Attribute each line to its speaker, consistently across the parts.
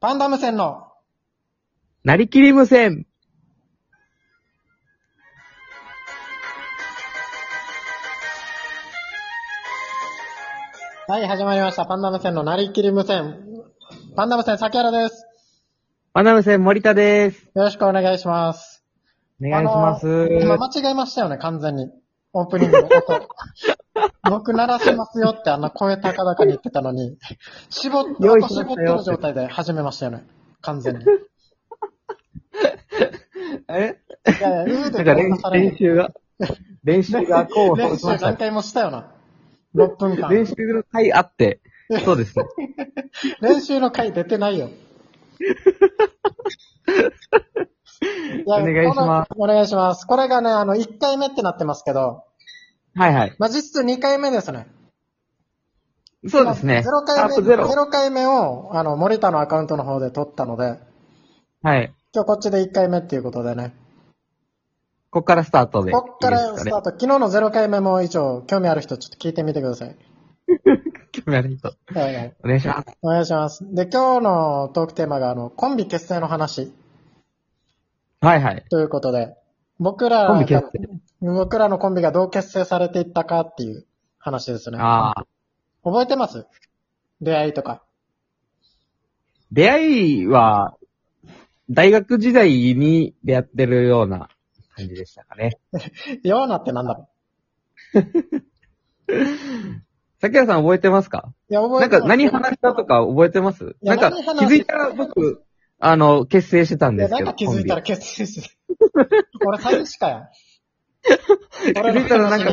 Speaker 1: パンダム線の、
Speaker 2: なりきり無線
Speaker 1: はい、始まりました。パンダム線のなりきり無線。パンダム線、崎原です。
Speaker 2: パンダム線森田です。
Speaker 1: よろしくお願いします。
Speaker 2: お願いします。
Speaker 1: 今間違えましたよね、完全に。オープニングの 音。僕鳴らしますよってあんな声高々に言ってたのに、絞っ
Speaker 2: 用意
Speaker 1: 音
Speaker 2: しました
Speaker 1: 絞っ
Speaker 2: よ
Speaker 1: てる状態で始めましたよね。完 全に。い
Speaker 2: え
Speaker 1: やいや、うーで
Speaker 2: なんか
Speaker 1: ご
Speaker 2: 練
Speaker 1: まかされる
Speaker 2: 練習が、練習がこう、
Speaker 1: 練
Speaker 2: しま
Speaker 1: 習
Speaker 2: し
Speaker 1: 何
Speaker 2: た。
Speaker 1: 回もしたよな。6分間。
Speaker 2: 練習の回あって、そうですね。
Speaker 1: 練習の回出てない よ。お。
Speaker 2: お願いします
Speaker 1: お願いします。これがね、あの、1回目ってなってますけど、
Speaker 2: はいはい。
Speaker 1: まあ、実質2回目ですね。
Speaker 2: そうですね。
Speaker 1: 0回
Speaker 2: あと
Speaker 1: 目、
Speaker 2: ゼロ。
Speaker 1: 0回目を、あの、森田のアカウントの方で撮ったので、
Speaker 2: はい。
Speaker 1: 今日こっちで1回目っていうことでね。
Speaker 2: こっからスタートで。
Speaker 1: こっから
Speaker 2: いいで
Speaker 1: ス
Speaker 2: す
Speaker 1: タート。昨日の0回目も一応、興味ある人ちょっと聞いてみてください。
Speaker 2: 興味ある人。
Speaker 1: はいはい。
Speaker 2: お願いします。
Speaker 1: お願いします。で、今日のトークテーマが、あの、コンビ結成の話
Speaker 2: はいはい。
Speaker 1: ということで、僕らが、
Speaker 2: コンビ決定。
Speaker 1: 僕らのコンビがどう結成されていったかっていう話ですね。
Speaker 2: ああ。
Speaker 1: 覚えてます出会いとか。
Speaker 2: 出会いは、大学時代に出会ってるような感じでしたかね。
Speaker 1: ようなってなんだろ
Speaker 2: 桜さん覚えてますか
Speaker 1: ういや、覚
Speaker 2: な
Speaker 1: え
Speaker 2: ん
Speaker 1: て
Speaker 2: か
Speaker 1: ます
Speaker 2: 何話したとか覚えてます
Speaker 1: いや
Speaker 2: なんか
Speaker 1: 何
Speaker 2: 気
Speaker 1: 話した
Speaker 2: づいたら僕、あの、結成してたん
Speaker 1: い
Speaker 2: で
Speaker 1: や、
Speaker 2: すけ
Speaker 1: な
Speaker 2: ど。
Speaker 1: んか気づいたら
Speaker 2: コ
Speaker 1: 結成してる。俺詐欺師かや。
Speaker 2: ンビ 気づいたらなんか、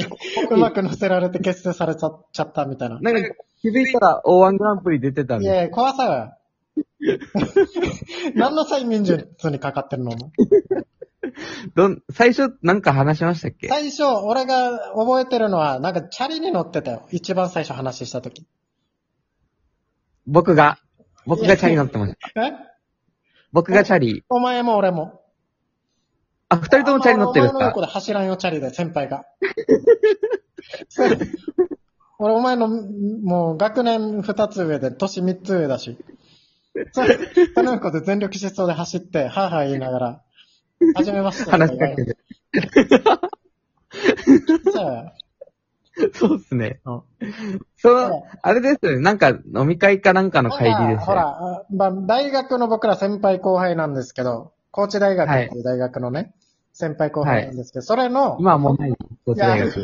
Speaker 1: うまく乗せられて結成されちゃちゃったみたいな。
Speaker 2: なんか気づいたら O1 グランプリ出てたん
Speaker 1: い
Speaker 2: で
Speaker 1: やいや、怖さ が。何の催眠術にかかってるのも。
Speaker 2: す。どん、最初なんか話しましたっけ
Speaker 1: 最初、俺が覚えてるのは、なんかチャリに乗ってたよ。一番最初話した時。
Speaker 2: 僕が、僕がチャリ乗ってました。
Speaker 1: え
Speaker 2: 僕がチャリ。
Speaker 1: お前も俺も。
Speaker 2: あ、二人ともチャリ乗ってるんです
Speaker 1: お前の
Speaker 2: か
Speaker 1: 横で走らんよ、チャリで、先輩が。 それ俺、お前の、もう、学年二つ上で、年三つ上だし。それその横で全力疾走で走って、はぁはぁ言いながら、始めました。
Speaker 2: 話しかけて。
Speaker 1: そう
Speaker 2: そうですね
Speaker 1: うん。
Speaker 2: そ
Speaker 1: そう
Speaker 2: の、あれですよね。なんか飲み会かなんかの
Speaker 1: なん
Speaker 2: 会議で
Speaker 1: か
Speaker 2: す
Speaker 1: ほ
Speaker 2: よね。
Speaker 1: ら、あまあ、大学の僕ら先輩後輩なんですけど、高知大学っていう大学のね、先輩後輩なんですけど、それの、
Speaker 2: 今はもうない。こっ
Speaker 1: い
Speaker 2: ち
Speaker 1: や
Speaker 2: 大学。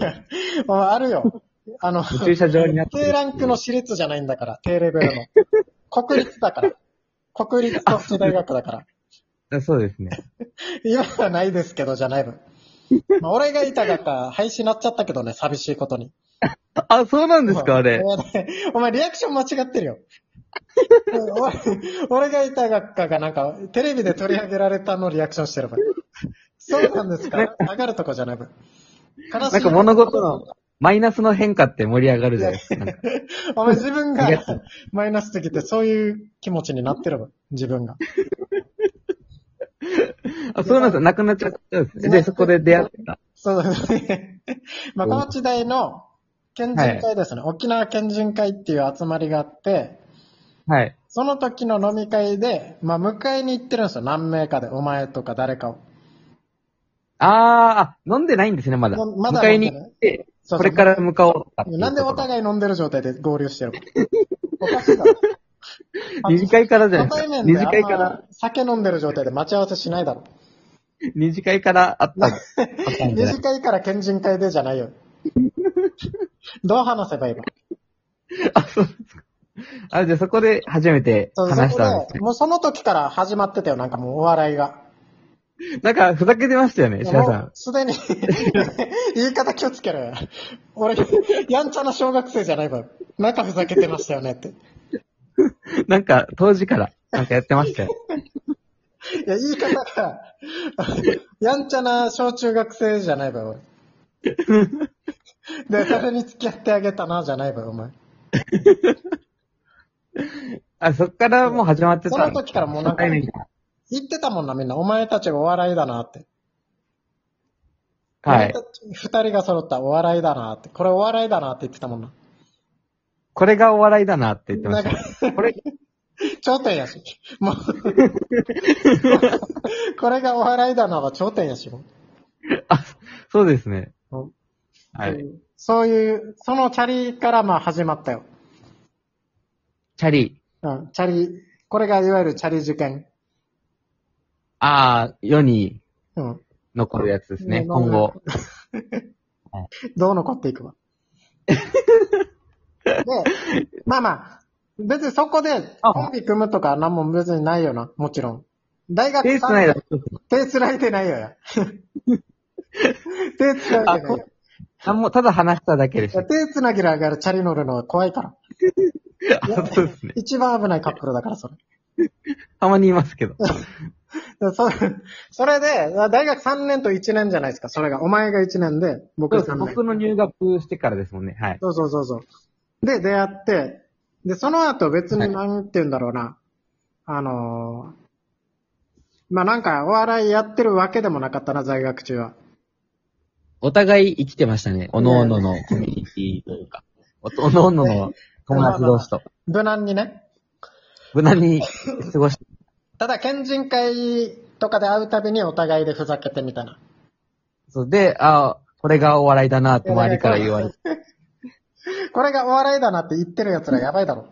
Speaker 1: もうあるよ。あの、
Speaker 2: 駐車場になってる。
Speaker 1: 低ランクの私立じゃないんだから、低レベル の。国立だから。国立特殊大学だから。
Speaker 2: あ。そうですね。
Speaker 1: 今はないですけど、じゃない分。まあ、俺がいたがか、廃止になっちゃったけどね、寂しいことに。
Speaker 2: あ、そうなんですかあれ。
Speaker 1: お前ねお前、リアクション間違ってるよ。 俺俺がいたがかがなんか、テレビで取り上げられたのリアクションしてる分。そうなんですか上がるとこじゃない分。悲しい。
Speaker 2: なんか物事のマイナスの変化って盛り上がるじゃないですか。なんか
Speaker 1: お前自分
Speaker 2: ありが
Speaker 1: がマイナスすぎて、そういう気持ちになってる分、自分が。
Speaker 2: あ、そうなんですよ。なくなっちゃったんですね。で、そこで出会った。
Speaker 1: そうですね。 まあ、
Speaker 2: うん
Speaker 1: 高知大の県人会ですね、沖縄県人会っていう集まりがあって、
Speaker 2: はい。
Speaker 1: その時の飲み会で、まあ、迎えに行ってるんですよ。何名かで、お前とか誰かを。
Speaker 2: あー、あ飲んでないんですね、まだ。
Speaker 1: ままだ
Speaker 2: 迎えに行って、
Speaker 1: そうそう
Speaker 2: これから向かおうとかっていうところ。
Speaker 1: なんでお互い飲んでる状態で合流して るのおかしいだろ。
Speaker 2: 二次会からじゃ
Speaker 1: 初
Speaker 2: ない
Speaker 1: 対
Speaker 2: です
Speaker 1: 面で
Speaker 2: か。二次
Speaker 1: あ
Speaker 2: 会
Speaker 1: ん
Speaker 2: か
Speaker 1: ま
Speaker 2: ら、
Speaker 1: 酒飲んでる状態で待ち合わせしないだろ。
Speaker 2: 二次会からあった。あったんじ
Speaker 1: 二
Speaker 2: ゃない
Speaker 1: 次会から県人会でじゃない よ。どう話せばいいの
Speaker 2: あ、そうですか。あ、じゃあそこで初めて
Speaker 1: そう
Speaker 2: 話した
Speaker 1: そ
Speaker 2: んです
Speaker 1: こで。
Speaker 2: ね
Speaker 1: もうその時から始まってたよ、なんかもうお笑いが。
Speaker 2: なんか、ふざけてましたよね、白
Speaker 1: も
Speaker 2: さ。
Speaker 1: うんすでに 言い方気をつけろよ。俺、やんちゃな小学生じゃないわ。なんかふざけてましたよねって。い
Speaker 2: なんか、当時から、なんかやってましたよ。
Speaker 1: や、言い方が、 やんちゃな小中学生じゃないわ、 俺。で、それに付き合ってあげたな、じゃないわ、お前。
Speaker 2: あ、そっからもう始まってた。
Speaker 1: その時からもうなんか
Speaker 2: 初対面から
Speaker 1: 言ってたもんな、みんな。お前たちがお笑いだなって。
Speaker 2: はい
Speaker 1: お前た。ち二人が揃ったお笑いだなって。これお笑いだなって言ってたもんな。
Speaker 2: これがお笑いだなって言って
Speaker 1: な
Speaker 2: まし
Speaker 1: んか
Speaker 2: た。これ、
Speaker 1: 頂点やし。もうこれがお笑いだのが頂点やし。も
Speaker 2: そうですね。
Speaker 1: うん
Speaker 2: は
Speaker 1: う
Speaker 2: い。
Speaker 1: んそういう、そのチャリからまあ始まったよ。
Speaker 2: チャリ。
Speaker 1: うん、チャリ、これがいわゆるチャリ受験。
Speaker 2: ああ、世に
Speaker 1: うん。
Speaker 2: 残るやつですね、
Speaker 1: うん
Speaker 2: 今後。
Speaker 1: どう残っていくわ。で、まあまあ、別にそこで
Speaker 2: あ
Speaker 1: コンビ組むとかなんも別にないよな、もちろん。大学
Speaker 2: 手繋いだ。
Speaker 1: 手繋いでないよや。手繋 いでないよ。
Speaker 2: なんも、ただ話しただけで
Speaker 1: い
Speaker 2: し
Speaker 1: や
Speaker 2: た。
Speaker 1: 手繋ぎながらチャリ乗るのは怖いから。いや
Speaker 2: あそうですね。
Speaker 1: 一番危ないカップルだから、それ。
Speaker 2: たまにいます けど。
Speaker 1: でそ それで、大学3年と1年じゃないですか、それが。お前が1年で、僕
Speaker 2: そう
Speaker 1: が
Speaker 2: です
Speaker 1: 3年。
Speaker 2: 僕の入学してからですもんね。はい。
Speaker 1: そうそうそうそう。で、出会って、で、その後別に何て言うんだろうな。あのーまあ、なんかお笑いやってるわけでもなかったな、在学中は。
Speaker 2: お互い生きてましたね。おのおののコミュニティというか。 おとおのおのの友達同士と。
Speaker 1: 無難にね。
Speaker 2: 無難に過ごして。
Speaker 1: ただ、県人会とかで会うたびにお互いでふざけてみたいな。
Speaker 2: そうで、ああ、これがお笑いだなって周りから言われて。
Speaker 1: これがお笑いだなって言ってる奴らやばいだろ。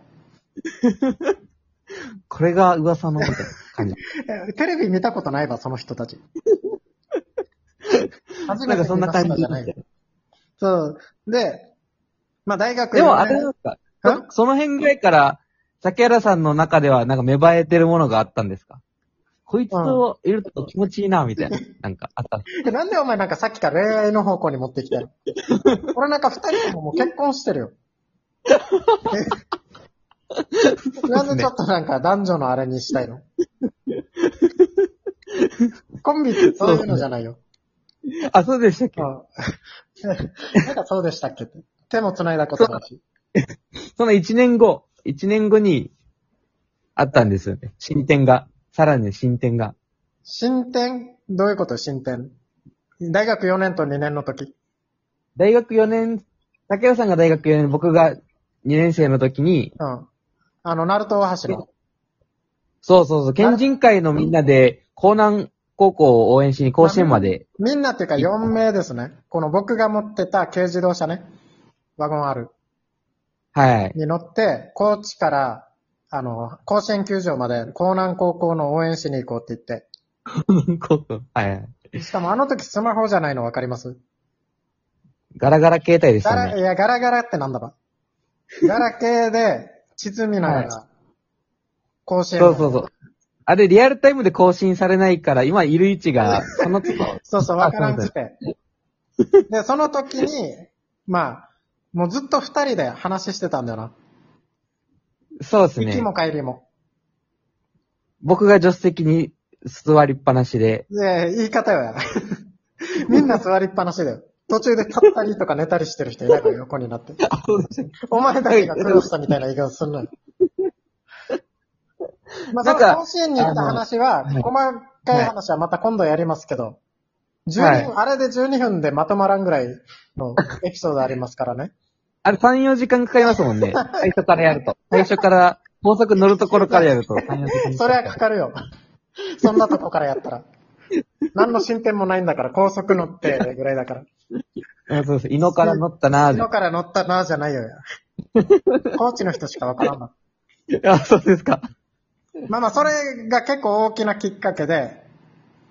Speaker 2: これが噂のみたいな感じ。
Speaker 1: え テレビ見たことないわ、その人たち。初 め
Speaker 2: なん
Speaker 1: て
Speaker 2: かそん
Speaker 1: 見ま
Speaker 2: な
Speaker 1: し
Speaker 2: 感
Speaker 1: た
Speaker 2: じ
Speaker 1: じゃない。そう。で、まあ大学
Speaker 2: でもあ
Speaker 1: 四
Speaker 2: れ
Speaker 1: 年
Speaker 2: なんですかそその辺ぐらいから、竹原さんの中ではなんか芽生えてるものがあったんですかこいつといると気持ちいいな、みたい な。なんかあったんです
Speaker 1: でなんでお前なんかさっきから恋愛の方向に持ってきた の俺なんか二人とももう結婚してるよ。えなんでちょっとなんか男女のあれにしたいのコンビってそういうのじゃないよ。
Speaker 2: かあ、そうでしたっけ
Speaker 1: うん。 なんかそうでしたっけって手も繋いだことないし。
Speaker 2: その1年後、1年後にあったんですよね。進展が。さらに進展が。
Speaker 1: 進展どういうこと進展大学4年と2年の時。
Speaker 2: 大学4年、竹原さんが大学4年、僕が2年生の時に、
Speaker 1: うん。あの、ナルト大橋の。
Speaker 2: そうそうそう、県人会のみんなで、江南高校を応援しに甲子園まで、
Speaker 1: みんなっていうか4名ですね。この僕が持ってた軽自動車ね。ワゴン R
Speaker 2: はい。
Speaker 1: に乗って、高知から、あの、甲子園球場まで、江南高校の応援しに行こうって言っ
Speaker 2: 高校はい。
Speaker 1: て。しかもあの時スマホじゃないの分かります
Speaker 2: ガラガラ携帯でし
Speaker 1: ガ
Speaker 2: た
Speaker 1: ラ、
Speaker 2: ね。
Speaker 1: いや、ガラガラってなんだば。ガラ系で、地図見ながら、甲子園
Speaker 2: そ
Speaker 1: ま
Speaker 2: う
Speaker 1: で。
Speaker 2: そうそう。あれ、リアルタイムで更新されないから、今いる位置が、その都度、
Speaker 1: そうそう、わからんく
Speaker 2: あ
Speaker 1: て。で、その時に、まあ、もうずっと二人で話してたんだよな。
Speaker 2: そうです
Speaker 1: 行き
Speaker 2: ね。
Speaker 1: も帰りも。
Speaker 2: 僕が助手席に座りっぱなしで、
Speaker 1: で、言い方よや。 みんな座りっぱなしだよ。途中で立ったりとか寝たりしてる人いないから横にな って。お前だけが苦労したみたいな言い方すんのよ。まあ、その
Speaker 2: なんか
Speaker 1: 甲子園に行った話は、
Speaker 2: あの
Speaker 1: 細かい話はまた今度やりますけど、12分、あれで12分でまとまらんぐらいのエピソードありますからね。
Speaker 2: あれ3、4時間かかりますもんね。最初からやると。最初から、高速乗るところからやると、3、4時間
Speaker 1: そ
Speaker 2: か
Speaker 1: れ
Speaker 2: か
Speaker 1: は
Speaker 2: る
Speaker 1: かかるよ。そんなとこからやったら。何の進展もないんだから、高速乗ってぐらいだ から。
Speaker 2: うんそうそう。井野から乗ったなーで
Speaker 1: 昨日から乗ったなじゃないよや。高知の人しかわからんわ。
Speaker 2: あ、そうですか。
Speaker 1: まあまあ、それが結構大きなきっかけで、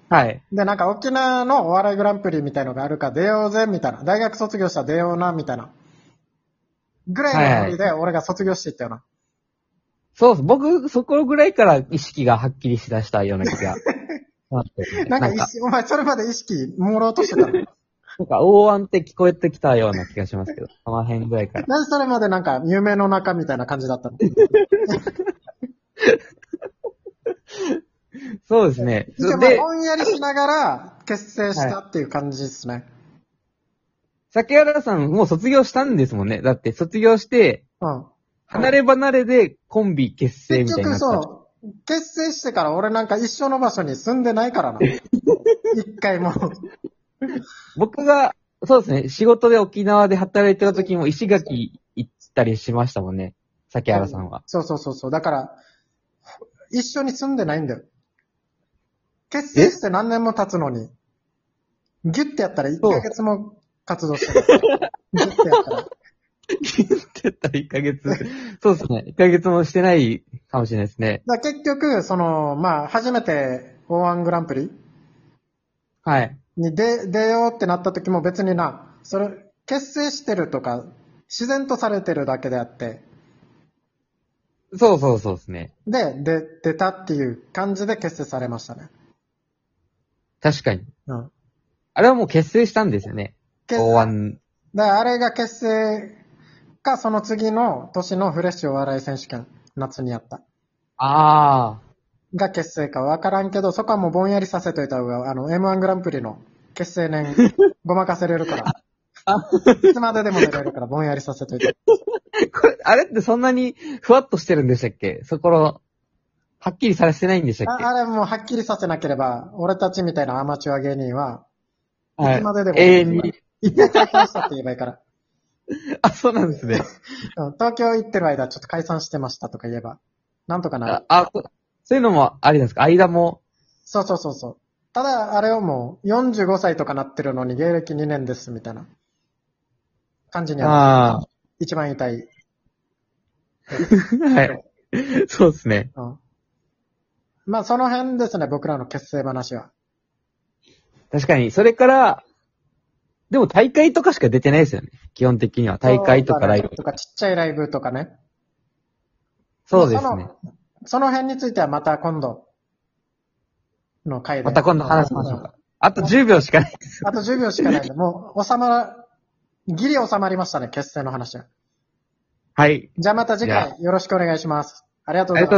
Speaker 2: はい。
Speaker 1: で、なんか沖縄のお笑いグランプリみたいのがあるから出ようぜ、みたいな。大学卒業したら出ような、みたいな。ぐらいのノリで俺が卒業していったよな。
Speaker 2: そうっす。僕、そこぐらいから意識がはっきりしだしたような気が。あって
Speaker 1: なんか
Speaker 2: なんか、
Speaker 1: お前それまで意識朦朧として たの。
Speaker 2: なんか、大安って聞こえてきたような気がしますけど、その辺ぐらいから。
Speaker 1: なんでそれまでなんか夢の中みたいな感じだったの
Speaker 2: そうですね。
Speaker 1: でも
Speaker 2: で、
Speaker 1: ぼんやりしながら結成したっていう感じですね。
Speaker 2: 酒原さんもう卒業したんですもんね。だって、卒業して、
Speaker 1: うん。
Speaker 2: 離れ離れでコンビ結成み
Speaker 1: 結
Speaker 2: たいにな
Speaker 1: 局
Speaker 2: った。
Speaker 1: そう、結成してから俺なんか一緒の場所に住んでない からな。一回も。
Speaker 2: 僕が、そうですね、仕事で沖縄で働いてた時も石垣行ったりしましたもんね。酒原さんは。
Speaker 1: そうそうそうそう。だから、一緒に住んでないんだよ。結成して何年も経つのに、ギュッてやったら1ヶ月も活動 してる。ギュッてやったら。
Speaker 2: ってやったら1ヶ月。 そうですね。1ヶ月もしてないかもしれないですね。
Speaker 1: だから結局、その、まあ、初めて O1 グランプリ
Speaker 2: はい。
Speaker 1: に出、出ようってなった時も別にな、それ、結成してるとか、自然とされてるだけであって、
Speaker 2: そうそうそうですね。
Speaker 1: で、で、出たっていう感じで結成されましたね。
Speaker 2: 確かに。
Speaker 1: うん。
Speaker 2: あれはもう結成したんですよね。
Speaker 1: 結
Speaker 2: 大安。
Speaker 1: だからあれが結成か、その次の年のフレッシュお笑い選手権、夏にやった。
Speaker 2: ああ。
Speaker 1: が結成かわからんけど、そこはもうぼんやりさせといた方が、あの、M1 グランプリの結成年、ごまかせれる から。いつまででも出れるから、ぼんやりさせといて。
Speaker 2: これ、あれってそんなにふわっとしてるんでしたっけそこの、はっきりさせてないんでしたっけ
Speaker 1: ああれもうはっきりさせなければ、俺たちみたいなアマチュア芸人は、いつまででも
Speaker 2: 永遠に。
Speaker 1: 一回解散したって言えばいいから。
Speaker 2: あ、そうなんですね。
Speaker 1: うん東京行ってる間、ちょっと解散してましたとか言えば、なんとかなる
Speaker 2: あ。あ、そそういうのもありなんですか間も。
Speaker 1: そうそうそうそう。ただ、あれをもう、45歳とかなってるのに芸歴2年です、みたいな感じには、
Speaker 2: あ
Speaker 1: 一番痛い。
Speaker 2: あ。はい。そうですね。
Speaker 1: うん。まあ、その辺ですね、僕らの結成話は。
Speaker 2: 確かに。それから、でも大会とかしか出てないですよね。基本的には。大会とかライブ
Speaker 1: とか、ちっちゃいライブとかね。
Speaker 2: そうですね。
Speaker 1: その。その辺についてはまた今度の回で。
Speaker 2: また今度話しましょうか。あと10秒しかないです。
Speaker 1: うん。あと10秒しかないんで、もう、収ま、ギリ収まりましたね、結成の話は。
Speaker 2: はい。
Speaker 1: じゃあまた次
Speaker 2: い
Speaker 1: 回よろしくお願いします。ありがとう
Speaker 2: あ
Speaker 1: ございま
Speaker 2: りがとう
Speaker 1: す。